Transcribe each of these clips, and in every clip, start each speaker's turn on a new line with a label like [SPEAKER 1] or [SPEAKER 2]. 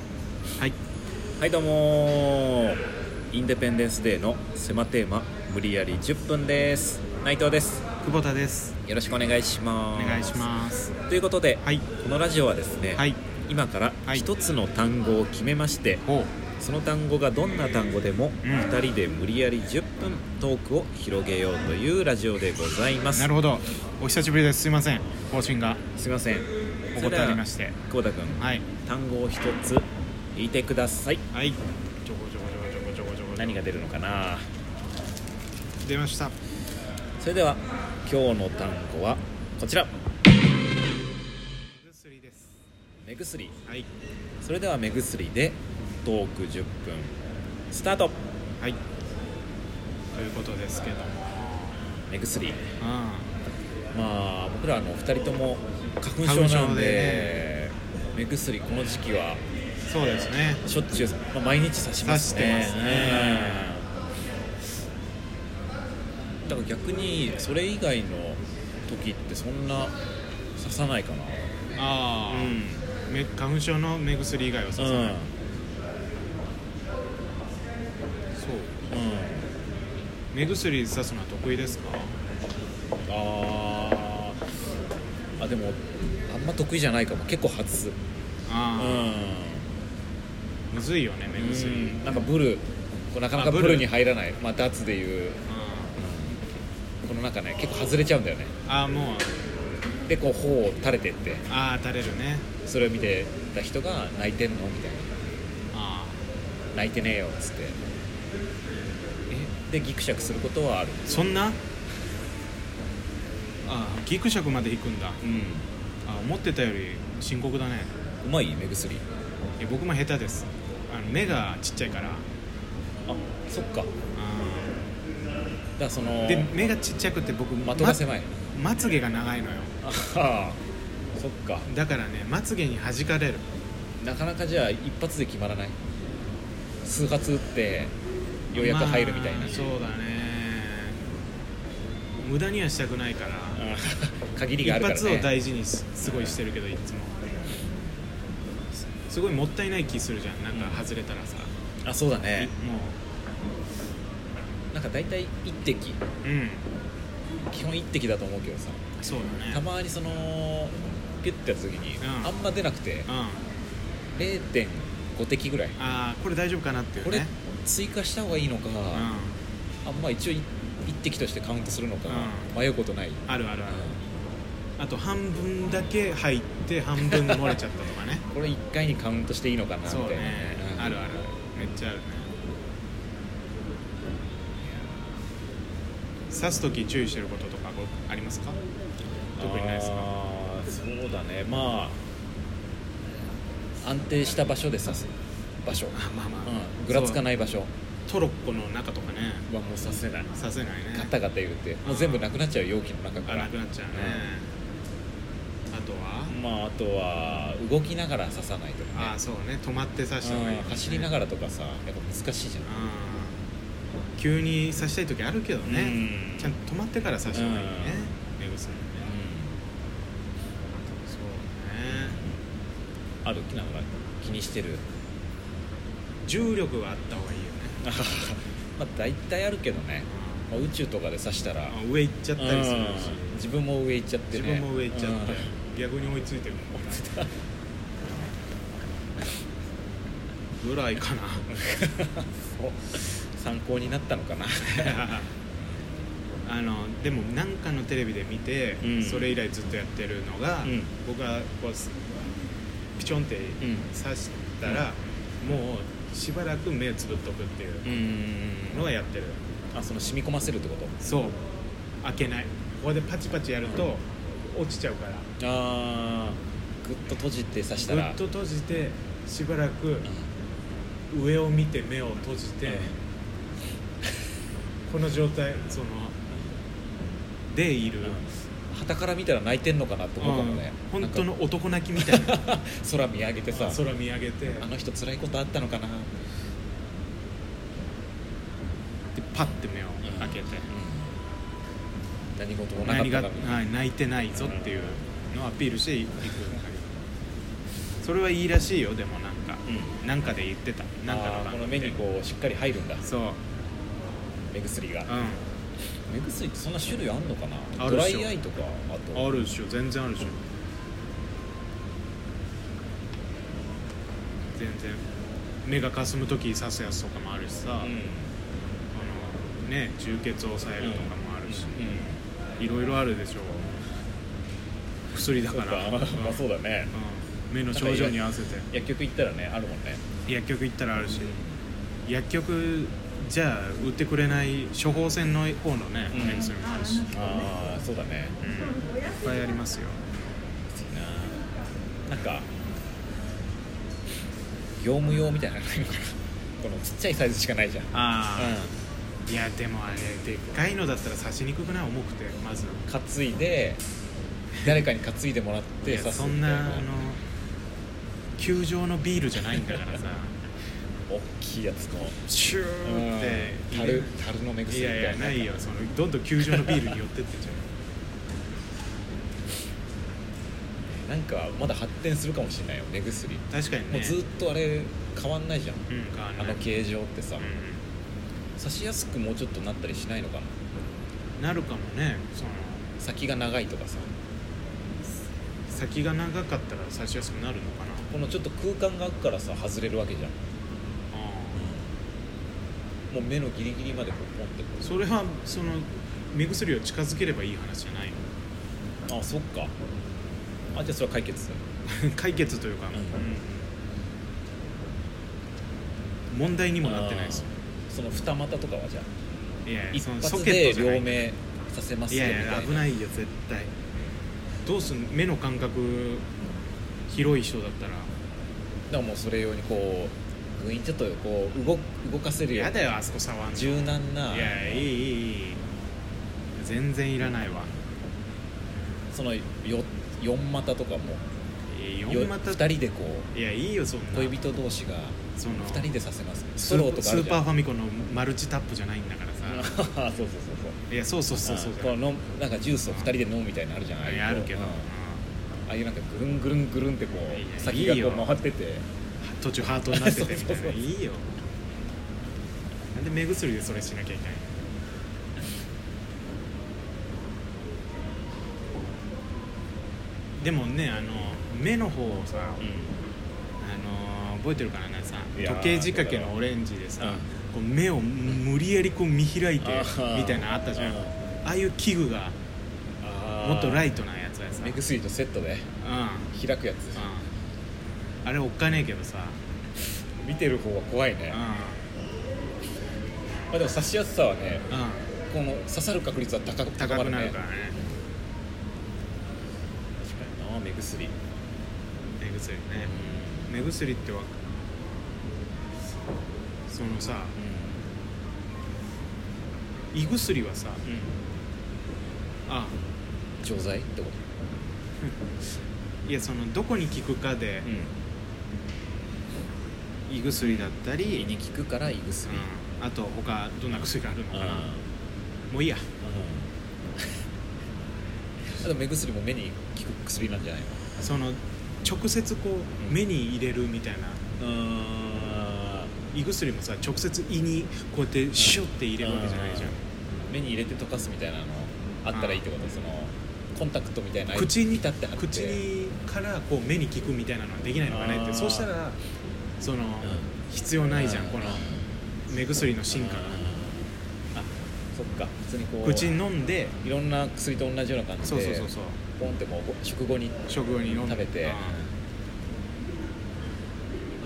[SPEAKER 1] はい
[SPEAKER 2] はいどうもインデペンデンスデーの狭テーマ無理やり10分です内藤です
[SPEAKER 1] 久保田です
[SPEAKER 2] よろしくお願いし
[SPEAKER 1] お
[SPEAKER 2] ます
[SPEAKER 1] 願いします
[SPEAKER 2] すということで、
[SPEAKER 1] はい
[SPEAKER 2] このラジオはですね、
[SPEAKER 1] はい
[SPEAKER 2] 今から
[SPEAKER 1] はい
[SPEAKER 2] 一つの単語を決めまして、
[SPEAKER 1] おう
[SPEAKER 2] その単語がどんな単語でも
[SPEAKER 1] うん
[SPEAKER 2] 2人で無理やり10分トークを広げようというラジオでございます
[SPEAKER 1] なるほどお久しぶりですすいません更新が
[SPEAKER 2] すいません
[SPEAKER 1] お断りまして
[SPEAKER 2] 久保田君
[SPEAKER 1] はい
[SPEAKER 2] 単語を一つ言ってください
[SPEAKER 1] はいちょこちょこちょこちょこちょこちょこ
[SPEAKER 2] 何が出るのかな
[SPEAKER 1] 出ました
[SPEAKER 2] それでは今日の単語はこちら
[SPEAKER 1] 薬です
[SPEAKER 2] 目薬
[SPEAKER 1] はい
[SPEAKER 2] それでは目薬でトーク10分スタート
[SPEAKER 1] はいということですけども
[SPEAKER 2] 目薬
[SPEAKER 1] あ
[SPEAKER 2] まあ僕らあの2人とも花粉症
[SPEAKER 1] 花粉
[SPEAKER 2] なん
[SPEAKER 1] 症
[SPEAKER 2] で
[SPEAKER 1] で
[SPEAKER 2] 目薬この時期は
[SPEAKER 1] あそうですね
[SPEAKER 2] しょっちゅう、まあ、毎日刺します
[SPEAKER 1] 刺し
[SPEAKER 2] ね
[SPEAKER 1] てますね
[SPEAKER 2] うんだから逆にそれ以外の時ってそんな刺さないかな
[SPEAKER 1] ああ、め花粉症の目薬以外はさ、
[SPEAKER 2] うん、
[SPEAKER 1] そう
[SPEAKER 2] うん
[SPEAKER 1] 目薬さすのは得意ですか
[SPEAKER 2] あーあでもあんま得意じゃないかも結構外すう
[SPEAKER 1] ああ、
[SPEAKER 2] ん
[SPEAKER 1] むずいよね目薬、
[SPEAKER 2] なんかブルこうなかなか
[SPEAKER 1] あ
[SPEAKER 2] ブ
[SPEAKER 1] ブル
[SPEAKER 2] ルに入らないまあダーツでいう
[SPEAKER 1] あ
[SPEAKER 2] この中ね結構外れちゃうんだよね
[SPEAKER 1] あもう
[SPEAKER 2] でこう頬を垂れてって
[SPEAKER 1] ああ垂れるね
[SPEAKER 2] それを見てた人が泣いてんのみたいな
[SPEAKER 1] あ
[SPEAKER 2] 泣いてねえよっつってでギクシャクすることはある
[SPEAKER 1] あそんなああギクシャクまで行くんだ
[SPEAKER 2] うん
[SPEAKER 1] あ思ってたより深刻だね
[SPEAKER 2] うまい目薬
[SPEAKER 1] いや僕も下手ですあの目がちっちゃいからあ
[SPEAKER 2] あそっかだか
[SPEAKER 1] あ
[SPEAKER 2] らその
[SPEAKER 1] で目がちっちゃくて僕
[SPEAKER 2] 的が狭い
[SPEAKER 1] ままつげが長いのよ
[SPEAKER 2] あはあそっか
[SPEAKER 1] だからねまつげに弾かれる
[SPEAKER 2] なかなかじゃあ一発で決まらない数発打ってようやく入るみたいな、
[SPEAKER 1] まあそうだね無駄にはしたくないから
[SPEAKER 2] うん限り
[SPEAKER 1] 一
[SPEAKER 2] があるからね
[SPEAKER 1] 発を大事にすすごいしてるけどいつもすすごいもったいない気するじゃんなんか外れたらさ、
[SPEAKER 2] あそうだね
[SPEAKER 1] も
[SPEAKER 2] なんか大体一滴
[SPEAKER 1] ううん
[SPEAKER 2] 基本一滴だと思うけどさ
[SPEAKER 1] そうだ
[SPEAKER 2] た
[SPEAKER 1] ね
[SPEAKER 2] まにそのピュッてやった時に、
[SPEAKER 1] うん
[SPEAKER 2] あんま出なくて
[SPEAKER 1] うんあ
[SPEAKER 2] 0.5滴ぐらい
[SPEAKER 1] あーこれ大丈夫かなっていう
[SPEAKER 2] これ
[SPEAKER 1] ね
[SPEAKER 2] 追加した方がいいのか、
[SPEAKER 1] うん
[SPEAKER 2] あんま一応い一滴としてカウントするのか、
[SPEAKER 1] う
[SPEAKER 2] 迷うことない、
[SPEAKER 1] あるあるあるあと半分だけ入って半分漏れちゃったとかね
[SPEAKER 2] これ1回にカウントしていいの かなみたい
[SPEAKER 1] そう
[SPEAKER 2] な
[SPEAKER 1] ね
[SPEAKER 2] うん
[SPEAKER 1] あるあるめっちゃあるね刺す時注意してることとかこうありますか特にないですか
[SPEAKER 2] あーそうだねまあ安定した場所で刺す場所、
[SPEAKER 1] あまあま
[SPEAKER 2] うん、ぐらつかないい場所は
[SPEAKER 1] トロッコの中とかね
[SPEAKER 2] もう刺せない
[SPEAKER 1] 刺せないね
[SPEAKER 2] ガタガタ言うてもう全部なくなっちゃう容器の中か
[SPEAKER 1] あ
[SPEAKER 2] ら
[SPEAKER 1] なくなっちゃうね、あとは、
[SPEAKER 2] まああとは動きながら刺さないとかね
[SPEAKER 1] ああそうね止まって刺した方がいい、
[SPEAKER 2] うん走りな
[SPEAKER 1] ら
[SPEAKER 2] がらとかさやっぱ難しいじゃん
[SPEAKER 1] 急に刺したい時あるけどね、
[SPEAKER 2] うん
[SPEAKER 1] ちゃんと止まってから刺した方がいいね目薬ね
[SPEAKER 2] うん
[SPEAKER 1] そう
[SPEAKER 2] あるなんか気にして る
[SPEAKER 1] ね重力はあった方がいいよね
[SPEAKER 2] まあ大体あるけどね、まあ、宇宙とかで刺したら
[SPEAKER 1] あ上行っちゃったりするし
[SPEAKER 2] うん自分も上行っちゃって
[SPEAKER 1] 自
[SPEAKER 2] ね
[SPEAKER 1] 分も上行っちゃって
[SPEAKER 2] うん
[SPEAKER 1] 逆に追いついてるもんぐらいかな
[SPEAKER 2] お参考になったのかな
[SPEAKER 1] あのでも何かのテレビで見て、
[SPEAKER 2] うん
[SPEAKER 1] それ以来ずっとやってるのが、
[SPEAKER 2] うん
[SPEAKER 1] 僕はこうすピチョンって
[SPEAKER 2] ん
[SPEAKER 1] 刺したら、もうしばらく目つぶっとくっていう
[SPEAKER 2] う
[SPEAKER 1] の
[SPEAKER 2] ん
[SPEAKER 1] はやってる、
[SPEAKER 2] あその染み込ませるってこと
[SPEAKER 1] そう開けないここでパチパチやると落ちちゃうから
[SPEAKER 2] あーぐっと閉じて刺した
[SPEAKER 1] ぐ
[SPEAKER 2] ら
[SPEAKER 1] っと閉じてしばらく上を見て目を閉じて、
[SPEAKER 2] うん
[SPEAKER 1] この状態そのでいる、
[SPEAKER 2] はたから見たら泣いてんのかなって思うかもね
[SPEAKER 1] うん本当
[SPEAKER 2] なん
[SPEAKER 1] の男泣きみたいな
[SPEAKER 2] か空見上げて さ
[SPEAKER 1] 空見上げて
[SPEAKER 2] あの人辛いことあったのかな、
[SPEAKER 1] でパッて目を開けて、
[SPEAKER 2] 何事もなかっ
[SPEAKER 1] 何
[SPEAKER 2] た
[SPEAKER 1] が、
[SPEAKER 2] から
[SPEAKER 1] はい、泣いてないぞっていうのをアピールしていくんだけどそれはいいらしいよでもなんかなんかで言ってたなんか
[SPEAKER 2] あー
[SPEAKER 1] 番
[SPEAKER 2] この
[SPEAKER 1] 組
[SPEAKER 2] 目
[SPEAKER 1] で
[SPEAKER 2] にこうしっかり入るんだ
[SPEAKER 1] そう
[SPEAKER 2] 目薬が
[SPEAKER 1] う
[SPEAKER 2] 目薬ってそんな種類あんのかな
[SPEAKER 1] あ
[SPEAKER 2] ド
[SPEAKER 1] るっ
[SPEAKER 2] ラ
[SPEAKER 1] しょ
[SPEAKER 2] イアイとかあと
[SPEAKER 1] んあるでしょ全然あるでしょ全然目がかすむ時に刺すやつとかもあるしさ、
[SPEAKER 2] うん
[SPEAKER 1] あのね充血を抑えるとかもあるし、
[SPEAKER 2] うんうん
[SPEAKER 1] いろいろあるでしょ薬だから
[SPEAKER 2] そうかまあそうだね
[SPEAKER 1] うん、目の症状に合わせて
[SPEAKER 2] 薬局行ったらねあるもんね
[SPEAKER 1] 薬局行ったらあるし、薬局じゃあ売ってくれない処方箋の方のね、
[SPEAKER 2] うん
[SPEAKER 1] 薬もあるし、
[SPEAKER 2] ああそうだね
[SPEAKER 1] うん、いっぱいありますよ
[SPEAKER 2] ななんか業務用みたいなのないのかなこのちっちゃいサイズしかないじゃん
[SPEAKER 1] ああ、
[SPEAKER 2] う
[SPEAKER 1] いやでもあれでっかいのだったら刺しにくくない重くてまず
[SPEAKER 2] ん担いで誰かに担いでもらっ
[SPEAKER 1] い
[SPEAKER 2] て
[SPEAKER 1] や
[SPEAKER 2] 刺す
[SPEAKER 1] そん
[SPEAKER 2] みたい
[SPEAKER 1] なあの球場のビールじゃないんだ からさ
[SPEAKER 2] 大きいやつの
[SPEAKER 1] シューって
[SPEAKER 2] うん
[SPEAKER 1] 入れ
[SPEAKER 2] 樽樽の目
[SPEAKER 1] い
[SPEAKER 2] 薬み
[SPEAKER 1] や
[SPEAKER 2] た
[SPEAKER 1] い
[SPEAKER 2] いな
[SPEAKER 1] やないよそのどんどん球場のビールに寄ってってんじゃん
[SPEAKER 2] なんかまだ発展するかもしれないよ目薬
[SPEAKER 1] 確かに
[SPEAKER 2] も
[SPEAKER 1] ね
[SPEAKER 2] うずっとあれ変わんないじゃん
[SPEAKER 1] うん変わん
[SPEAKER 2] あ
[SPEAKER 1] ない
[SPEAKER 2] の形状ってさ、
[SPEAKER 1] う
[SPEAKER 2] 刺しやすくもうちょっとなったりしないのかな
[SPEAKER 1] な
[SPEAKER 2] ん
[SPEAKER 1] るかもねその
[SPEAKER 2] 先が長いとかさ
[SPEAKER 1] 先が長かったら刺しやすくなるのかな
[SPEAKER 2] このちょっと空間が空くからさ外れるわけじゃ
[SPEAKER 1] あ
[SPEAKER 2] んもう目のギリギリまでこうポンって
[SPEAKER 1] あそれはその目薬を近づければいい話じゃないの
[SPEAKER 2] こうあそっかあじゃあそれは解決
[SPEAKER 1] 解決というか、う
[SPEAKER 2] ん
[SPEAKER 1] ん問題にもなってないですよ
[SPEAKER 2] あーその二股とかはじゃ
[SPEAKER 1] いや
[SPEAKER 2] あ
[SPEAKER 1] いや
[SPEAKER 2] 一
[SPEAKER 1] その
[SPEAKER 2] 発
[SPEAKER 1] ソケット
[SPEAKER 2] で
[SPEAKER 1] じゃない
[SPEAKER 2] 両目させます
[SPEAKER 1] い
[SPEAKER 2] よみ
[SPEAKER 1] や
[SPEAKER 2] た
[SPEAKER 1] い
[SPEAKER 2] いな
[SPEAKER 1] や危ないよ絶対どうすん目の感覚広い人だったら
[SPEAKER 2] だからもうそれ用にこうグインちょっとこう動動かせるよ
[SPEAKER 1] やだよあそこ触んの
[SPEAKER 2] 柔軟ない
[SPEAKER 1] やいいいいいい全然いらないわ
[SPEAKER 2] そのよ四股とかも
[SPEAKER 1] いや
[SPEAKER 2] よ
[SPEAKER 1] 四股
[SPEAKER 2] 二人でこう
[SPEAKER 1] いやいいよそんな
[SPEAKER 2] 恋人同士が
[SPEAKER 1] その
[SPEAKER 2] 二人でさせますス
[SPEAKER 1] ス
[SPEAKER 2] トロ
[SPEAKER 1] ー
[SPEAKER 2] ーとかあ
[SPEAKER 1] ス
[SPEAKER 2] る
[SPEAKER 1] ー
[SPEAKER 2] じ
[SPEAKER 1] パ
[SPEAKER 2] ゃ
[SPEAKER 1] ー
[SPEAKER 2] ん
[SPEAKER 1] ファミコンのマルチタップじゃないんだからさ
[SPEAKER 2] あー そうそうそうそう
[SPEAKER 1] いやそうそうそうそう
[SPEAKER 2] うん
[SPEAKER 1] じ
[SPEAKER 2] こ
[SPEAKER 1] ゃ
[SPEAKER 2] う飲むなんかジュースを2人で飲むみたいなのあるじゃんあ
[SPEAKER 1] ん
[SPEAKER 2] あ
[SPEAKER 1] い
[SPEAKER 2] い
[SPEAKER 1] うやあるけど
[SPEAKER 2] うんああいうなんかぐるんぐるんぐるんってこ
[SPEAKER 1] いやいうや
[SPEAKER 2] 先が
[SPEAKER 1] いい
[SPEAKER 2] こ
[SPEAKER 1] よ
[SPEAKER 2] う回ってて
[SPEAKER 1] 途中ハートになっててみたい
[SPEAKER 2] そうそう
[SPEAKER 1] な
[SPEAKER 2] そう
[SPEAKER 1] いいよなんで目薬でそれしなきゃいけないのでもねあの目の方をさ、あの覚えてるかななんかさ
[SPEAKER 2] いやー
[SPEAKER 1] 時計仕掛けのオレンジでさ、
[SPEAKER 2] うん
[SPEAKER 1] こう目を無理やりこう見開いて
[SPEAKER 2] あー
[SPEAKER 1] みたいなのあったじゃん
[SPEAKER 2] うん
[SPEAKER 1] ああいう器具がもっとライトなやつはさ
[SPEAKER 2] 目薬とセット
[SPEAKER 1] う
[SPEAKER 2] で
[SPEAKER 1] ん、うん、
[SPEAKER 2] 開くやつ
[SPEAKER 1] あれおっかねえけどさ、
[SPEAKER 2] 見てる方は怖い
[SPEAKER 1] うん
[SPEAKER 2] ねまあでも刺しやすさはね
[SPEAKER 1] うん、
[SPEAKER 2] この刺さる確率は高
[SPEAKER 1] 高く
[SPEAKER 2] く
[SPEAKER 1] なる
[SPEAKER 2] 確
[SPEAKER 1] か
[SPEAKER 2] から
[SPEAKER 1] ね
[SPEAKER 2] にな目薬
[SPEAKER 1] 目薬ね目薬ってわそのさ胃薬はさあ
[SPEAKER 2] 錠剤ってこ
[SPEAKER 1] いやそのどこに効くかで
[SPEAKER 2] と
[SPEAKER 1] 胃薬だったり、
[SPEAKER 2] 胃に効くから胃薬
[SPEAKER 1] うん、あと他どんな薬があるのかな
[SPEAKER 2] あ
[SPEAKER 1] もういいや
[SPEAKER 2] あと目薬も目に効く薬なんじゃないの
[SPEAKER 1] その直接こ
[SPEAKER 2] うん
[SPEAKER 1] う目に入れるみたいな胃薬もさ直接胃にこうやってシュッて入れるわけじゃないじゃん
[SPEAKER 2] 目に入れて溶かすみたいなのあったらいいってことそのコンタクトみたいな
[SPEAKER 1] 口に
[SPEAKER 2] 立って貼って
[SPEAKER 1] 口にからこう目に効くみたいなのはできないのかねっ
[SPEAKER 2] あー
[SPEAKER 1] てそうしたらその、必要ないじゃんこの目薬の進化が
[SPEAKER 2] あそっか普通にこう
[SPEAKER 1] 口に飲んで
[SPEAKER 2] いろんな薬と同じような感じ
[SPEAKER 1] そう
[SPEAKER 2] で
[SPEAKER 1] そうそうそう
[SPEAKER 2] ポンってもう食後に
[SPEAKER 1] 食後に飲んで
[SPEAKER 2] 食べて
[SPEAKER 1] う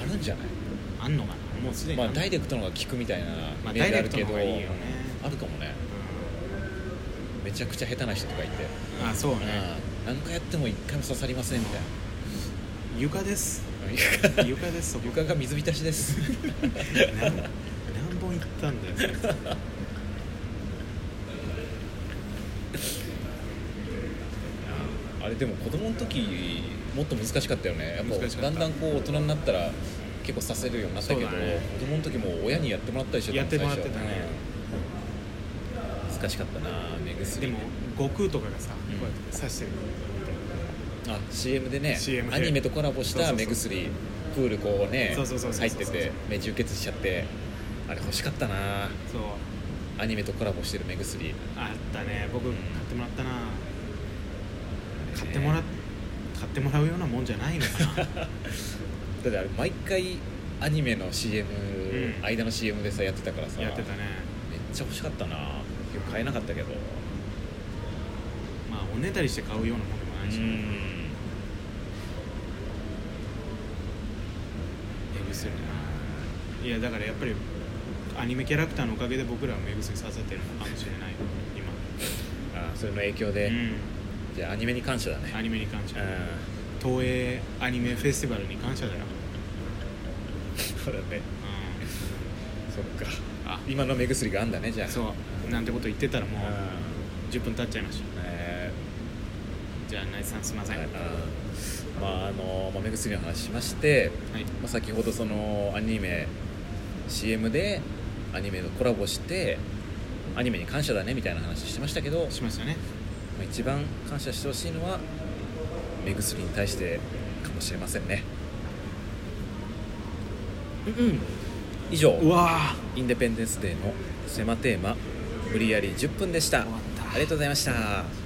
[SPEAKER 2] あるんじゃない
[SPEAKER 1] んあんのかなもうすでに
[SPEAKER 2] まあ
[SPEAKER 1] んの
[SPEAKER 2] ダイレクトの方が効くみたいな
[SPEAKER 1] まあ
[SPEAKER 2] 例が
[SPEAKER 1] ダイ
[SPEAKER 2] あるけど、
[SPEAKER 1] レクトの方がいいよね
[SPEAKER 2] あるかもねめちゃくちゃ下手な人とかいて、
[SPEAKER 1] うんあそうね
[SPEAKER 2] うん何回やっても一回も刺さりませんみたいな
[SPEAKER 1] 床です
[SPEAKER 2] 床
[SPEAKER 1] 床ですそこ
[SPEAKER 2] 床が水浸しです
[SPEAKER 1] 何何本行ったんだよそれ
[SPEAKER 2] あれでも子供の時もっと難しかったよねやっ
[SPEAKER 1] 難し
[SPEAKER 2] ぱ
[SPEAKER 1] か
[SPEAKER 2] だ
[SPEAKER 1] った
[SPEAKER 2] んだんこう大人になったら結構させるようになったけど、
[SPEAKER 1] そうだね
[SPEAKER 2] 子供の時も親にやってもらったりしてたも
[SPEAKER 1] やっ
[SPEAKER 2] ん
[SPEAKER 1] てもらってたね
[SPEAKER 2] 最初うん難しかったな目
[SPEAKER 1] で
[SPEAKER 2] 薬
[SPEAKER 1] も悟空とかがさこ
[SPEAKER 2] うん
[SPEAKER 1] うやって刺してる
[SPEAKER 2] あ CM でね
[SPEAKER 1] CM で
[SPEAKER 2] アニメとコラボし
[SPEAKER 1] そうそうそ
[SPEAKER 2] た
[SPEAKER 1] う
[SPEAKER 2] 目薬プールこうね
[SPEAKER 1] そうそうそうそう
[SPEAKER 2] 入ってて目充血しちゃってあれ欲しかったな
[SPEAKER 1] そう
[SPEAKER 2] アニメとコラボしてる目薬
[SPEAKER 1] あったね僕買ってもらったな買ってもらっ買ってもらうようなもんじゃないのかな
[SPEAKER 2] だってあれ毎回アニメの CM、
[SPEAKER 1] ん
[SPEAKER 2] 間の CM でさやってたからさ
[SPEAKER 1] やってたね
[SPEAKER 2] めっちゃ欲しかったなよく買えなかったけど
[SPEAKER 1] まあおねだりして買うようなもんでもないし
[SPEAKER 2] う
[SPEAKER 1] 目
[SPEAKER 2] ん
[SPEAKER 1] 薬ないやだからやっぱりアニメキャラクターのおかげで僕らは目薬刺さってるのかもしれない今
[SPEAKER 2] あそれの影響で、じゃあアニメに感謝だ
[SPEAKER 1] うんア
[SPEAKER 2] ね
[SPEAKER 1] ニメに感謝
[SPEAKER 2] うん
[SPEAKER 1] 東映アニメフェスティバルに感謝だよ、
[SPEAKER 2] そうだね
[SPEAKER 1] う
[SPEAKER 2] そっか
[SPEAKER 1] ん、あ
[SPEAKER 2] 今の目薬があんだねじゃあ
[SPEAKER 1] そうなんてこと言ってたらも
[SPEAKER 2] うん
[SPEAKER 1] う10分経っちゃいました
[SPEAKER 2] え
[SPEAKER 1] じゃあナイツさんすいません
[SPEAKER 2] ー
[SPEAKER 1] はい
[SPEAKER 2] うんまああの、まあ、目薬の話しまして、まあ、先ほどそのアニメ CM でアニメとコラボしてアニメに感謝だねみたいな話してましたけど、ま
[SPEAKER 1] しましたね
[SPEAKER 2] あ、一番感謝してほしいのは目薬に対してかもしれませんねうんうん以上
[SPEAKER 1] うわ
[SPEAKER 2] インデペンデンスデーの狭テーマ無理やり10分でしたあ
[SPEAKER 1] 終わった
[SPEAKER 2] りがとうございました